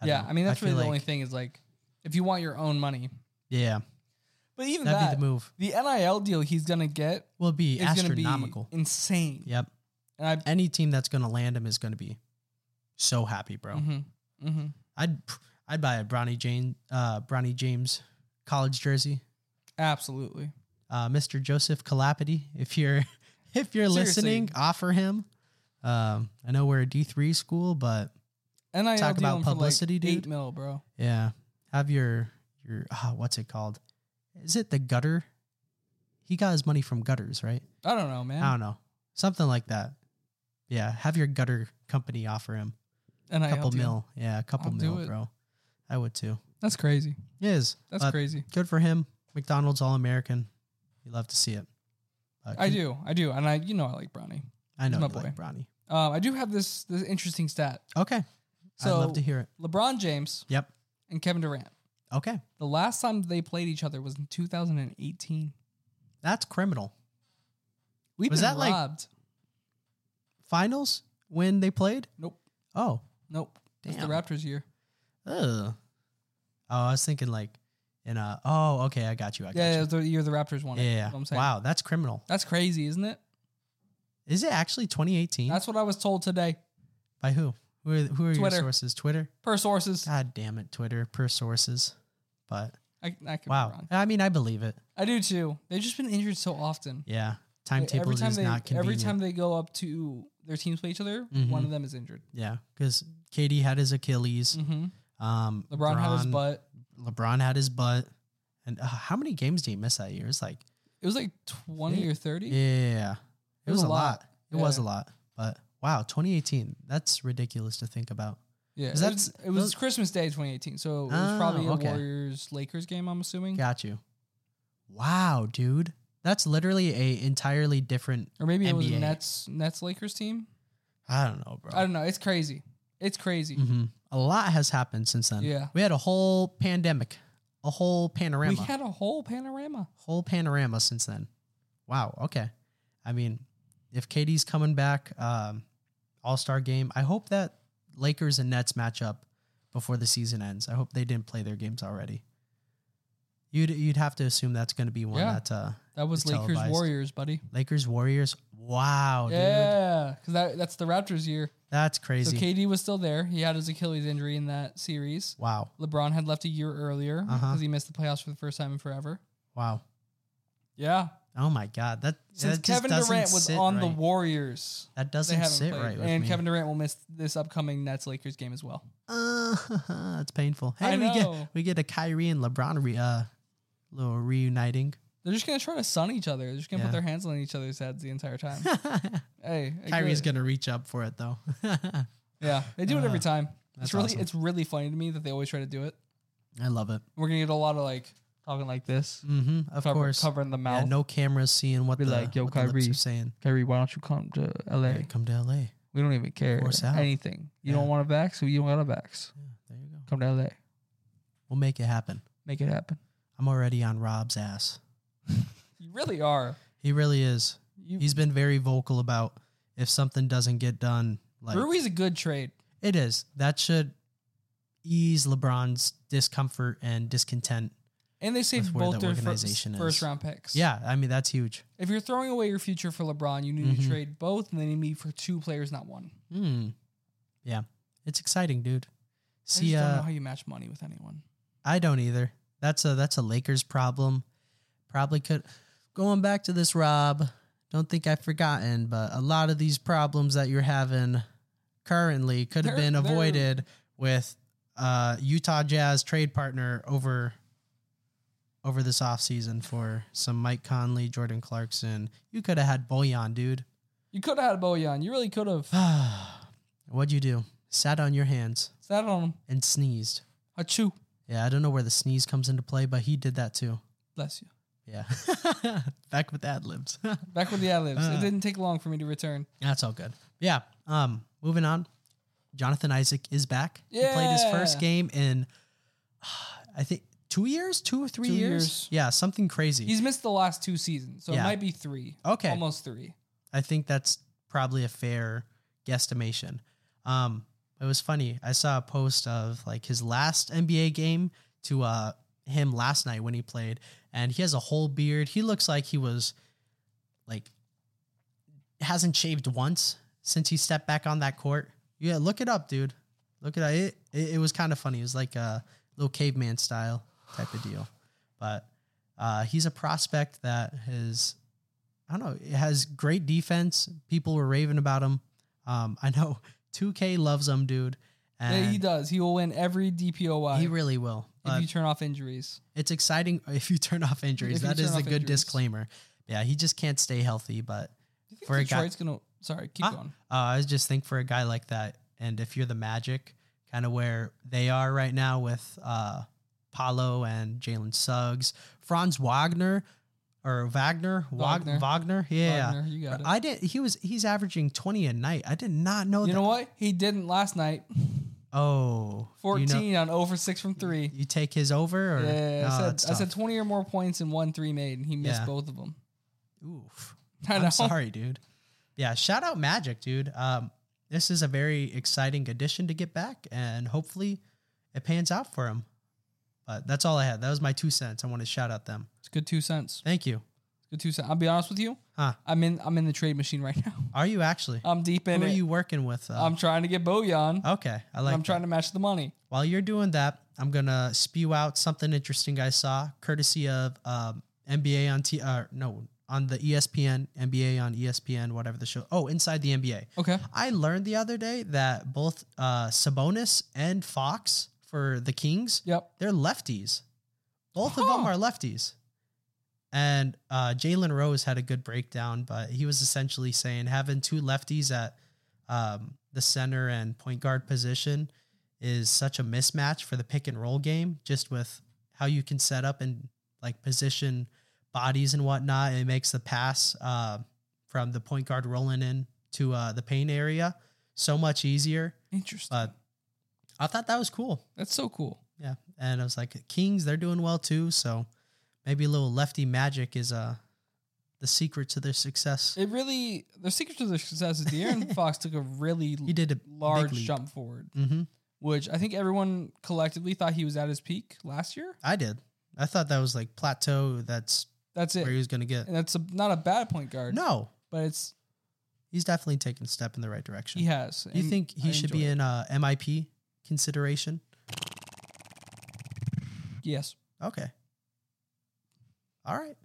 A: I
B: yeah,
A: don't-
B: I mean that's
A: feel
B: really the only
A: like-
B: thing is like if you want your own money,
A: Yeah.
B: but even
A: That'd
B: that
A: be the move.
B: the NIL deal he's gonna get
A: Will it be
B: is gonna be
A: astronomical.
B: insane.
A: Yep.
B: And I
A: Any team that's going to land him is going to be so happy, bro.
B: Mm-hmm. Mm-hmm.
A: I'd I'd buy a Bronny James uh, Bronny James college jersey.
B: Absolutely.
A: Uh, Mr. Joseph Calapity, if you're if you're
B: Seriously.
A: listening, offer him. Um, I know we're a D three school, but
B: NIL
A: Talk about
B: dealing for, like,
A: publicity,
B: Eight
A: dude.
B: mil, bro.
A: yeah, have your your ah, what's it called? Is it the gutter? He got his money from gutters, right?
B: I don't know, man.
A: I don't know, something like that. Yeah, have your gutter company offer him.
B: NIL
A: couple
B: deal.
A: mil. Yeah, a couple
B: I'll do
A: mil,
B: it.
A: bro. I would too.
B: That's crazy.
A: It is.
B: That's
A: But
B: crazy.
A: Good for him. McDonald's All American. You love to see it. Uh,
B: I
A: con-
B: do. I do. And I, you know, I like brownie.
A: I know
B: He's my
A: you like Bronny.
B: Um, I do have this this interesting stat.
A: Okay.
B: So
A: I'd love to hear it.
B: LeBron James
A: Yep.
B: and Kevin Durant.
A: Okay.
B: The last time they played each other was in 2018.
A: That's criminal.
B: We've
A: Was
B: been
A: that, like-
B: robbed.
A: Finals when they played?
B: nope.
A: Oh.
B: Nope. That's the
A: Damn.
B: Raptors year.
A: Ugh. Oh, I was thinking like in a oh, okay, I got you. I got
B: Yeah, yeah,
A: you.
B: the year the Raptors won. it.
A: Yeah.
B: You
A: yeah.
B: know what I'm saying.
A: Wow, Mm-hmm. that's criminal.
B: That's crazy, isn't it?
A: Is it actually 2018?
B: That's what I was told today.
A: By who? Who are, who are your
B: Twitter.
A: sources? Twitter?
B: Per sources.
A: God damn it, Twitter per sources. But
B: I, I could be
A: wow.
B: wrong.
A: I mean, I believe it.
B: I do too. They've just been injured so often.
A: Yeah.
B: Like,
A: Timetable is
B: they,
A: not convenient.
B: Every time they go up to their teams play each other,
A: Mhm.
B: one of them is injured.
A: Yeah, because KD had his Achilles.
B: Mm-hmm.
A: Um,
B: LeBron, had his butt.
A: LeBron had his butt. And uh, how many games did he miss that year? It's like,
B: It was like 20 or 30.
A: yeah, it
B: was
A: was
B: a
A: a lot.
B: lot.
A: It was a
B: Yeah.
A: lot. But wow, 2018. That's ridiculous to think about.
B: Yeah.
A: Was
B: It
A: that-
B: was, it was
A: those-
B: Christmas Day 2018. So it was
A: Oh,
B: probably a
A: okay.
B: Warriors Lakers game, I'm assuming.
A: Got you. Wow, dude, that's literally a entirely different.
B: Or maybe it was a
A: NBA.
B: Nets Nets Lakers team.
A: I don't know, bro.
B: I don't know. It's crazy. It's crazy.
A: Mhm. a lot has happened since then.
B: Yeah.
A: We had a whole pandemic, a whole panorama,
B: We had a whole panorama.
A: whole panorama since then. Wow. Okay. I mean, if KD's coming back, um, All Star game. I hope that Lakers and Nets match up before the season ends. I hope they didn't play their games already. You'd you'd have to assume that's going to be one
B: Yeah.
A: that uh,
B: That was
A: It's
B: Lakers
A: televised.
B: Warriors, buddy.
A: Lakers Warriors. Wow, dude,
B: Yeah, because that, that's the Raptors year.
A: that's crazy.
B: So KD was still there. He had his Achilles injury in that series.
A: wow,
B: LeBron had left a year earlier because
A: Uh-huh.
B: he missed the playoffs for the first time in forever.
A: wow.
B: Yeah,
A: Oh my God, that
B: since
A: that just
B: Kevin
A: doesn't
B: Durant was
A: sit
B: on the
A: right.
B: Warriors,
A: that
B: they
A: doesn't
B: haven't
A: sit
B: played.
A: right with
B: and
A: me.
B: Kevin Durant will miss this upcoming Nets Lakers game as well.
A: Uh, it's painful. Hey,
B: I
A: we
B: know.
A: get we get a Kyrie and LeBron re, uh, little reuniting.
B: They're just gonna try to sun each other. They're just gonna put
A: Yeah.
B: their hands on each other's heads the entire time. hey, I
A: Kyrie's
B: get it.
A: gonna reach up for it though.
B: Yeah, they do it every
A: Uh,
B: time. It's
A: that's
B: really
A: awesome.
B: it's really funny to me that they always try to do it.
A: I love it.
B: We're gonna get a lot of like talking like this,
A: hmm of
B: cover,
A: course,
B: covering the mouth.
A: yeah, no cameras seeing what
B: Be
A: the
B: like, "Yo,
A: what the lips
B: Kyrie,
A: are saying.
B: Kyrie, why don't you come to L.A.?
A: Hey, come to L.A. Yeah,
B: We don't even care
A: Force out.
B: anything. You don't
A: Yeah.
B: want a vax, so you don't got a vax.
A: there you go.
B: Come to L.A.
A: We'll make it happen.
B: Make it happen.
A: I'm already on Rob's ass.
B: You really are.
A: He really is.
B: You,
A: He's been very vocal about if something doesn't get done, like
B: Rui's a good trade.
A: it is. That should ease LeBron's discomfort and discontent.
B: And they saved
A: where
B: both
A: the
B: their first,
A: organization is.
B: first round picks.
A: Yeah, I mean that's huge.
B: If you're throwing away your future for LeBron, you need to
A: Mhm.
B: trade both, and then you need for two players, not one.
A: Hmm. Yeah, it's exciting, dude. See,
B: I just don't know
A: uh,
B: how you match money with anyone.
A: I don't either. That's a that's a Lakers problem. Probably could. Going back to this, Rob. Don't think I've forgotten, but a lot of these problems that you're having currently could have
B: They're-
A: been
B: they're-
A: avoided with uh, Utah Jazz trade partner over over this offseason for some Mike Conley, Jordan Clarkson. You could have had Boyan, dude.
B: You could have had Bojan. You really could have
A: What'd you do? Sat on your hands
B: sat on him.
A: and sneezed.
B: A chew.
A: Yeah, I don't know where the sneeze comes into play, but he did that too.
B: Bless you.
A: Yeah. Back with ad libs.
B: Back with the ad libs. it
A: Uh.
B: didn't take long for me to return.
A: That's all good. Yeah. Um, moving on. Jonathan Isaac is back. He played his first
B: Yeah.
A: game in I think two years, two or three
B: Two
A: years?
B: years.
A: Yeah, something crazy.
B: He's missed the last two seasons, so it
A: Yeah.
B: might be three.
A: Okay.
B: Almost three.
A: I think that's probably a fair guesstimation. Um, it was funny. I saw a post of like his last NBA game to uh, him last night when he played, and he has a whole beard. He looks like he was like hasn't shaved once since he stepped back on that court. Yeah, look it up, dude. Look it up. It, it, it was kind of funny. It was like a little caveman style type of deal. But uh, he's a prospect that has I don't know. It has great defense. People were raving about him. Um, I know 2K loves him, dude.
B: Yeah,
A: And uh,
B: he
A: he,
B: does. He will win every DPOY
A: really will.
B: if
A: But
B: you turn off injuries.
A: it's exciting if you turn off injuries.
B: If you
A: That
B: turn
A: is a
B: off
A: good
B: injuries.
A: disclaimer. Yeah, he just can't stay healthy. But
B: Do you think
A: For a guy-
B: Detroit's gonna? Sorry, keep
A: Huh?
B: going.
A: uh, I just think for a guy like that, and if you're the Magic, kind of where they are right now with uh, Paolo and Jalen Suggs, Franz Wagner or Wagner,
B: Wagner.
A: Wagner, Wagner, yeah.
B: Wagner, you got it.
A: I did. He was. He's averaging twenty a night. I did not know that.
B: you know what? He didn't last night.
A: Oh, you
B: Fourteen
A: know-
B: on over six from three.
A: You take his over, or
B: Yeah,
A: No,
B: I
A: Ah, that's
B: said I said
A: tough.
B: twenty or more points and one three made, and he missed
A: Yeah.
B: both of them.
A: Oof.
B: I know.
A: I'm sorry, dude. Yeah, shout out Magic, dude. Um, this is a very exciting addition to get back, and hopefully, it pans out for him. But that's all I had. That was my two cents. I want to shout out them.
B: It's good two cents.
A: Thank you.
B: It's good two cents. I'll be honest with you.
A: Huh.
B: I'm in I'm in the trade machine right now.
A: Are you actually?
B: I'm deep in
A: Who are
B: it.
A: you working with? Uh,
B: I'm trying to get Bojan.
A: okay, I like.
B: I'm
A: that.
B: trying to match the money.
A: While you're doing that, I'm gonna spew out something interesting I saw, courtesy of um, NBA on T. Uh, no, on the ESPN, NBA on E ESPN, whatever the show. Oh, inside the NBA.
B: Okay.
A: I learned the other day that both uh, Sabonis and Fox for the Kings,
B: Yep.
A: they're lefties. Both of them
B: Huh.
A: are lefties. And uh, Jalen Rose had a good breakdown, but he was essentially saying having two lefties at um, the center and point guard position is such a mismatch for the pick and roll game, just with how you can set up and like position bodies and whatnot. It makes the pass uh, from the point guard rolling in to uh, the paint area so much easier.
B: Interesting.
A: But I thought that was cool.
B: That's so cool.
A: Yeah, and I was like, Kings, they're doing well too. So maybe a little lefty magic is uh the secret to their success.
B: It really the secret to their success is De'Aaron Fox took a really
A: He did a
B: large
A: leap.
B: jump forward,
A: Mm-hmm.
B: which I think everyone collectively thought he was at his peak last year.
A: I did. I thought that was like plateau. That's
B: That's
A: where he
B: it,
A: was going to get.
B: and that's a, not a bad point guard.
A: No,
B: but it's
A: he's definitely taken a step in the right direction.
B: he has.
A: Do you
B: and
A: think he
B: I
A: should
B: enjoy
A: be
B: it.
A: in uh, MIP consideration?
B: Yes,
A: Okay. All right.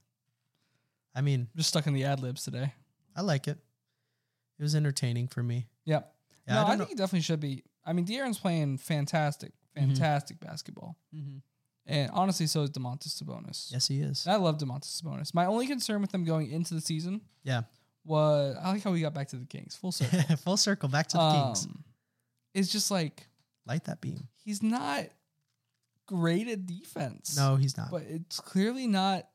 A: I mean,
B: just stuck in the ad libs today.
A: I like it. It was entertaining for me.
B: Yep.
A: Yeah,
B: no,
A: I
B: I,
A: don't
B: think
A: know.
B: he definitely should be. I mean, De'Aaron's playing fantastic,
A: Mm-hmm.
B: fantastic basketball,
A: Mhm.
B: and honestly, so is Demontis Sabonis.
A: Yes, he is.
B: And I love Demontis Sabonis. My only concern with them going into the season
A: Yeah.
B: was I like how we got back to the Kings full circle.
A: Full circle back to the Kings.
B: Um, It's just like
A: Light that beam.
B: he's not great at defense.
A: No, he's not.
B: but it's clearly not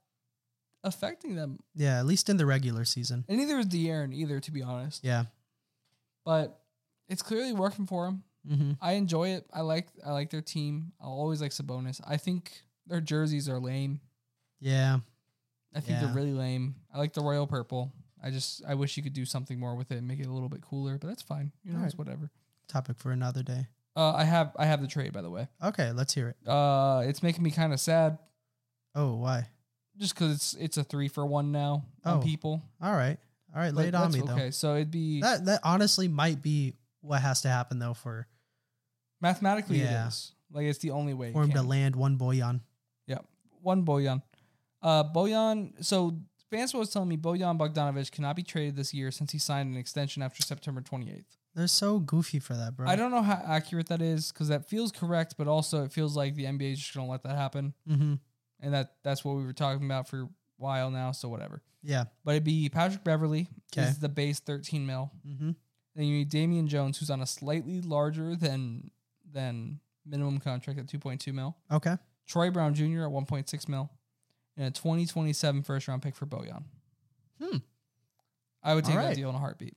B: affecting them,
A: yeah, at least in the regular season.
B: and neither is De'Aaron either, to be honest.
A: Yeah.
B: But it's clearly working for him.
A: Mm-hmm.
B: I enjoy it. I like I like their team. I'll always like Sabonis. I think their jerseys are lame.
A: Yeah.
B: I think
A: Yeah.
B: they're really lame. I like the royal purple. I just I wish you could do something more with it and make it a little bit cooler, but that's fine. You know,
A: All
B: it's whatever.
A: Topic for another day.
B: Uh, I have I have the trade by the way.
A: Okay, let's hear it.
B: Uh, it's making me kind of sad
A: Oh, why?
B: just because it's it's a three for one now
A: Oh,
B: on people.
A: All right. All right.
B: But
A: Lay it on
B: that's
A: me,
B: okay. So it'd be
A: though. That, that honestly might be what has to happen, though, for,
B: mathematically
A: Yeah.
B: it is like it's the only way. it
A: for him to
B: can.
A: land one boy on.
B: one Bojan. Uh, Bojan. So Vanspo was telling me Bojan Bogdanovic cannot be traded this year since he signed an extension after September 28th.
A: They're so goofy for that, bro.
B: I don't know how accurate that is because that feels correct, but also it feels like the NBA is just going to let that happen,
A: Mm-hmm.
B: and that that's what we were talking about for a while now. So whatever.
A: Yeah.
B: But it'd be Patrick Beverly
A: Okay.
B: is the base 13 mil.
A: Mm-hmm.
B: Then you need Damian Jones, who's on a slightly larger than than minimum contract at 2.2 mil.
A: Okay.
B: Troy Brown Jr. at 1.6 mil, and a 2027 first round pick for Bojan.
A: Hmm.
B: I would take
A: All right.
B: that deal in a heartbeat.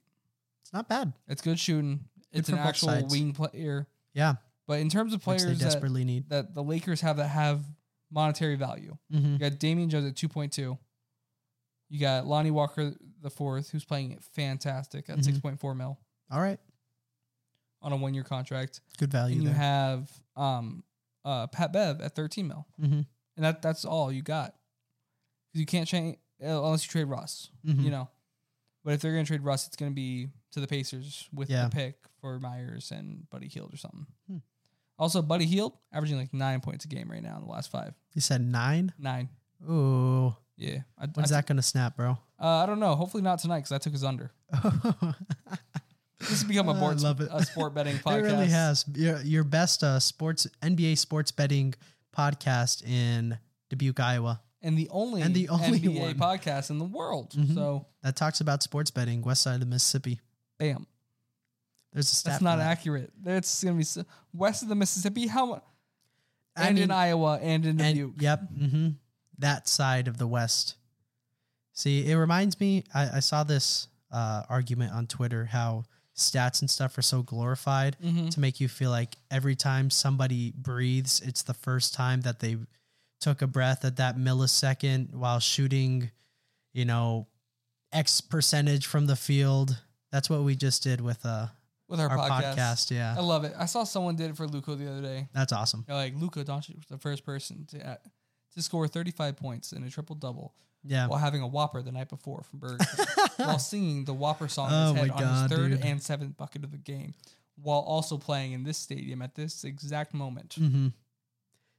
A: It's not bad.
B: It's good shooting. It's
A: for
B: an
A: both
B: actual
A: sides.
B: wing player.
A: Yeah.
B: But in terms of
A: Which they
B: players that,
A: desperately need.
B: that the Lakers have that have monetary value,
A: Mm-hmm.
B: you got Damian Jones at 2.2. You got Lonnie Walker the fourth, who's playing fantastic at
A: Mhm.
B: 6.4 mil
A: All right.
B: on a one year contract.
A: Good value
B: and you
A: there.
B: have um uh Pat Bev at 13 mil.
A: mm-hmm.
B: and that that's all you got. 'Cause You can't change uh, unless you trade Russ,
A: Mm-hmm.
B: you know. But if they're gonna trade Russ, it's gonna be to the Pacers with
A: Yeah.
B: the pick for Myers and Buddy Heald or something.
A: Hmm.
B: Also, Buddy Heald averaging like nine points a game right now in the last five,
A: you said nine?
B: nine.
A: Ooh.
B: Yeah, I,
A: When's
B: I,
A: that going to snap, bro?
B: Uh, I don't know. Hopefully not tonight because I took his under. This has become a
A: I
B: board,
A: love it.
B: a sport betting podcast.
A: It really has. Your, your best uh, sports NBA sports betting podcast in Dubuque, Iowa,
B: and the only
A: And the only
B: NBA
A: one.
B: podcast in the world.
A: Mhm.
B: So
A: that talks about sports betting, west side of Mississippi.
B: bam.
A: There's a stat.
B: That's
A: for
B: not
A: that.
B: accurate. That's gonna be s- west of the Mississippi. How much?
A: I
B: and
A: mean-
B: in Iowa and in
A: and,
B: Dubuque.
A: Yep. hmm That side of the West. See, it reminds me, I, I saw this uh, argument on Twitter how stats and stuff are so glorified
B: Mhm.
A: to make you feel like every time somebody breathes, it's the first time that they took a breath at that millisecond while shooting, you know, X percentage from the field. That's what we just did with uh,
B: with our,
A: our,
B: podcast.
A: podcast. Yeah.
B: I love it. I saw someone did it for Luco the other day.
A: That's awesome.
B: They're like Luco Doncic was the first person to at, to score 35 points in a triple double
A: Yeah.
B: while having a Whopper the night before from Burger King, while singing the Whopper song
A: Oh
B: in his head
A: my
B: on
A: God,
B: his third
A: dude.
B: and seventh bucket of the game, while also playing in this stadium at this exact moment.
A: hmm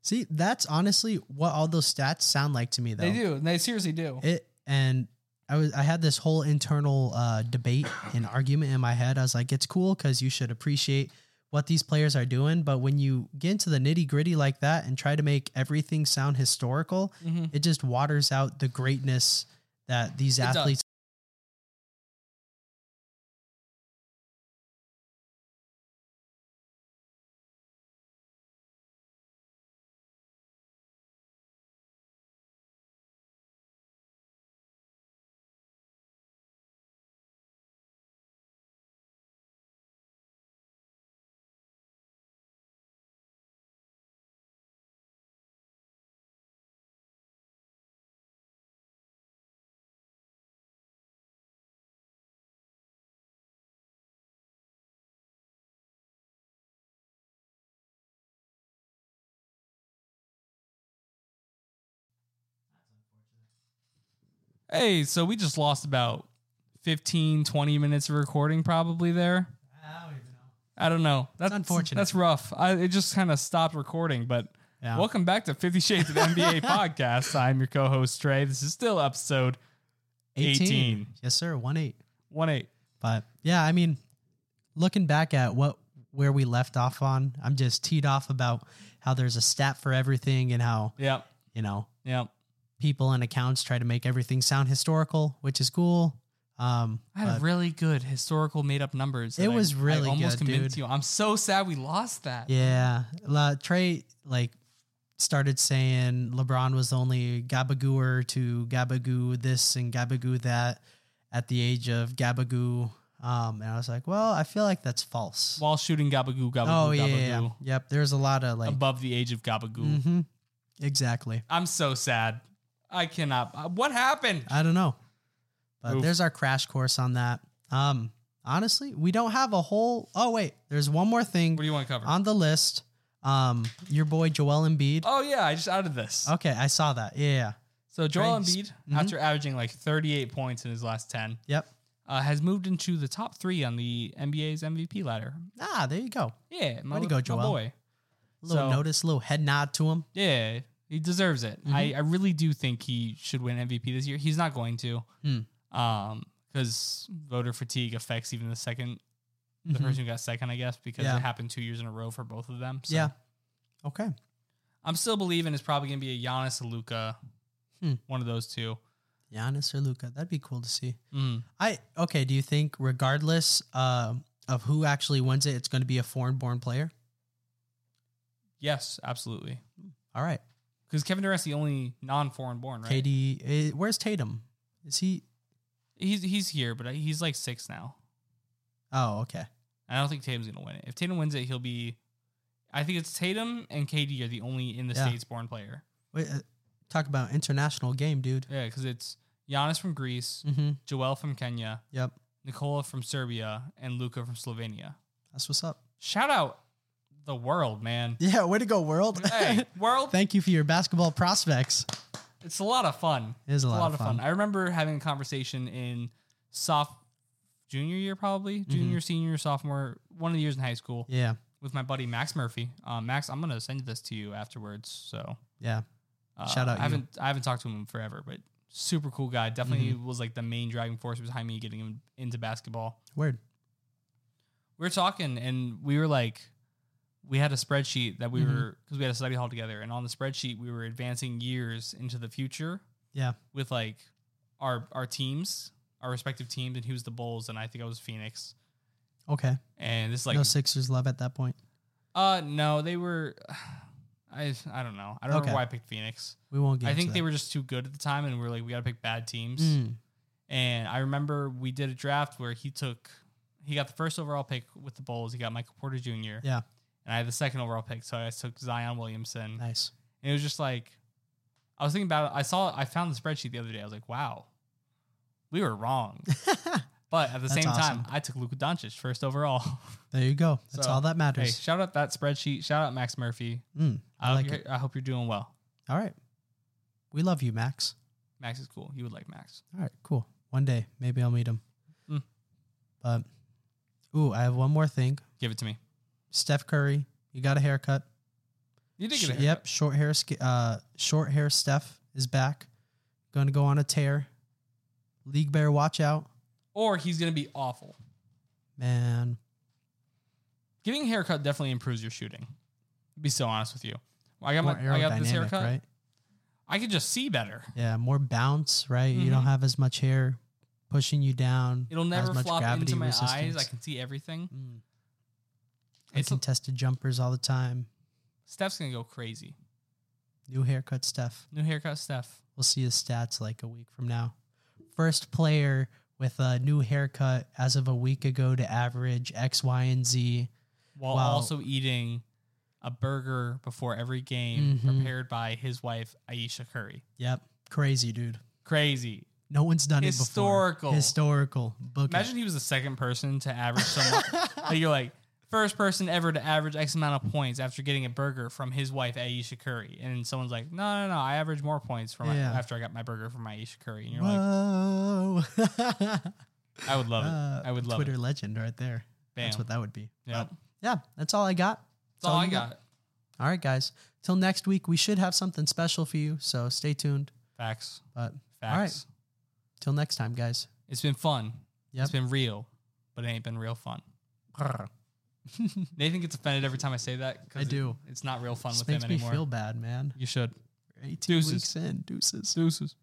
A: See, that's honestly what all those stats sound like to me, though.
B: They do. They seriously do.
A: It and I was I had this whole internal uh, debate and argument in my head. I was like, it's cool because you should appreciate what these players are doing, but when you get into the nitty gritty like that and try to make everything sound historical,
B: Mhm.
A: it just waters out the greatness that these
B: It does.
A: athletes.
B: Hey, so we just lost about 15, 20 minutes of recording probably there. I don't know. That's
A: unfortunate.
B: That's rough. I, it just kind of stopped recording, but
A: Yeah.
B: welcome back to 50 Shades of NBA podcast. I'm your co host, Trey. This is still episode 18.
A: Yes, sir. One eight.
B: 1 8.
A: But yeah, I mean, looking back at what where we left off on, I'm just teed off about how there's a stat for everything and how
B: Yep.
A: you know
B: Yep.
A: people and accounts try to make everything sound historical, which is cool. Um,
B: I had
A: but
B: really good historical made up numbers.
A: It
B: that
A: was really
B: I almost
A: good,
B: convinced
A: dude.
B: you. I'm so sad we lost that.
A: yeah, La, Trey like started saying LeBron was the only gabagooer to gabagoo this and gabagoo that at the age of gabagoo. Um, and I was like, well, I feel like that's false.
B: While shooting gabagoo, gabagoo,
A: oh yeah,
B: gabagoo.
A: yeah, yeah. yep. There's a lot of like,
B: Above the age of gabagoo.
A: hmm exactly.
B: I'm so sad. I cannot. uh, What happened?
A: I don't know. But
B: Oof.
A: there's our crash course on that. Um, honestly, we don't have a whole. Oh wait, there's one more
B: What do
A: thing
B: you want to cover?
A: on the list. Um, your boy Joel Embiid.
B: oh yeah, I just added this.
A: Okay, I saw that. Yeah, yeah.
B: so Joel
A: Trey-
B: Embiid, after averaging like 38 points in his last 10,
A: Yep.
B: uh, has moved into the top three on the NBA's MVP ladder.
A: Ah, there you go.
B: Yeah, my,
A: Way to
B: li-
A: go,
B: my
A: Joel.
B: boy.
A: Little
B: So-
A: notice, little head nod to him.
B: Yeah, he deserves it. I,
A: Mm-hmm.
B: I really do think he should win MVP this year. He's not going to,
A: Hmm.
B: um, because voter fatigue affects even the 2nd the
A: Mhm.
B: person who got second, I guess, because
A: Yeah.
B: it happened two years in a row for both of them. So
A: Yeah. Okay.
B: I'm still believing it's probably gonna be a Giannis, a Luca,
A: Hmm.
B: one of those two.
A: Giannis or Luca, that'd be cool to see.
B: Mm.
A: I okay. Do you think, regardless uh, of who actually wins it, it's going to be a foreign-born player?
B: Yes, absolutely.
A: All right.
B: Because Kevin Durant's the only non-foreign born, right?
A: KD, eh, where's Tatum? Is he?
B: He's he's here, but he's like six now.
A: Oh, okay.
B: I don't think Tatum's gonna win it. If Tatum wins it, he'll be. I think it's Tatum and KD are the only in the
A: Yeah.
B: states born player.
A: Wait, uh, talk about international game, dude.
B: Yeah, because it's Giannis from Greece,
A: Mm-hmm.
B: Joel from Kenya,
A: Yep,
B: Nikola from Serbia, and Luca from Slovenia.
A: that's what's up.
B: Shout out the world, man.
A: Yeah, way to go, world.
B: Hey, world,
A: Thank you for your basketball prospects.
B: it's a lot of fun.
A: It is a
B: It's
A: lot, of fun.
B: I remember having a conversation in soft junior year, probably
A: Mm-hmm.
B: junior, senior, sophomore, one of the years in high school
A: Yeah,
B: with my buddy Max Murphy. Um, Max, I'm gonna send this to you afterwards. So
A: yeah,
B: uh,
A: Shout out
B: I
A: you.
B: haven't I haven't talked to him in forever, but super cool guy. Definitely
A: Mm-hmm.
B: was like the main driving force behind me getting him into basketball.
A: word.
B: We were talking and we were like. We had a spreadsheet that we
A: Mhm.
B: were because we had a study hall together, and on the spreadsheet we were advancing years into the future
A: Yeah,
B: with like our our teams, our respective teams, and he was the Bulls, and I think I was Phoenix.
A: okay.
B: And this is like,
A: no Sixers love at that point.
B: uh, no, they were. I I don't know. I don't
A: Okay.
B: remember why I picked Phoenix.
A: We won't get.
B: I think they were just too good at the time, and we are like, we gotta pick bad teams.
A: Mm.
B: And I remember we did a draft where he took, he got the first overall pick with the Bulls. He got Michael Porter Jr.
A: Yeah.
B: And I had the second overall pick, so I took Zion Williamson.
A: nice.
B: And it was just like, I was thinking about it. I saw, I found the spreadsheet the other day. I was like, wow, we were wrong. But at the
A: That's
B: same time,
A: awesome.
B: I took Luka Doncic first overall.
A: there you go. That's
B: So,
A: all that
B: hey,
A: matters.
B: shout out that spreadsheet. Shout out Max Murphy.
A: Mm,
B: I,
A: I like
B: hope
A: it.
B: you're, I hope you're doing well.
A: All right, we love you, Max.
B: Max is cool. You would like Max.
A: All right, cool. One day, maybe I'll meet him.
B: Mm.
A: But ooh, I have one more thing.
B: Give it to me.
A: Steph Curry, you got a haircut.
B: You did
A: Sh-
B: get it.
A: Yep, short hair. sk- Uh, short hair. Steph is back. Going to go on a tear. League Bear, watch out,
B: Or he's going to be awful.
A: man.
B: Getting a haircut definitely improves your shooting. To be so honest with you. Well, I got, my,
A: More
B: I got this
A: aerodynamic,
B: haircut.
A: right?
B: I could just see better.
A: Yeah, more bounce, right? You don't
B: Mhm.
A: have as much hair pushing you down.
B: It'll
A: as
B: never
A: much
B: flop into my eyes.
A: resistance.
B: I can see everything.
A: Mm.
B: It's-
A: Uncontested jumpers all the time.
B: Steph's going to go crazy.
A: New haircut, Steph.
B: New haircut, Steph.
A: We'll see his stats like a week from now. First player with a new haircut as of a week ago to average X, Y, and Z.
B: while
A: Wow.
B: also eating a burger before every game
A: Mhm.
B: prepared by his wife Aisha Curry.
A: Yep, crazy dude.
B: Crazy.
A: No one's done
B: Historical.
A: it before. Historical. Book it.
B: Imagine he was the second person to average so much. like you're like, first person ever to average X amount of points after getting a burger from his wife Aisha Curry, and someone's like, "No, no, no, I average more points from my,
A: Yeah.
B: after I got my burger from my Aisha Curry," and you're like,
A: Whoa.
B: "I would love
A: Uh,
B: it. I would love
A: Twitter
B: it."
A: legend right there. That's
B: Bam.
A: what that would be.
B: Yeah,
A: But, yeah, that's all I got.
B: that's all I
A: you
B: got.
A: All right, guys. Till next week, we should have something special for you. So stay tuned.
B: Facts.
A: But
B: Facts.
A: All right. till next time, guys.
B: It's been fun.
A: Yep.
B: It's been real, but it ain't been real fun. Nathan gets offended every time I say that. 'cause
A: I do.
B: It, it's not real fun
A: This
B: with him
A: makes me
B: anymore.
A: feel bad, man.
B: you should.
A: 18
B: Deuces.
A: weeks in, deuces.
B: Deuces.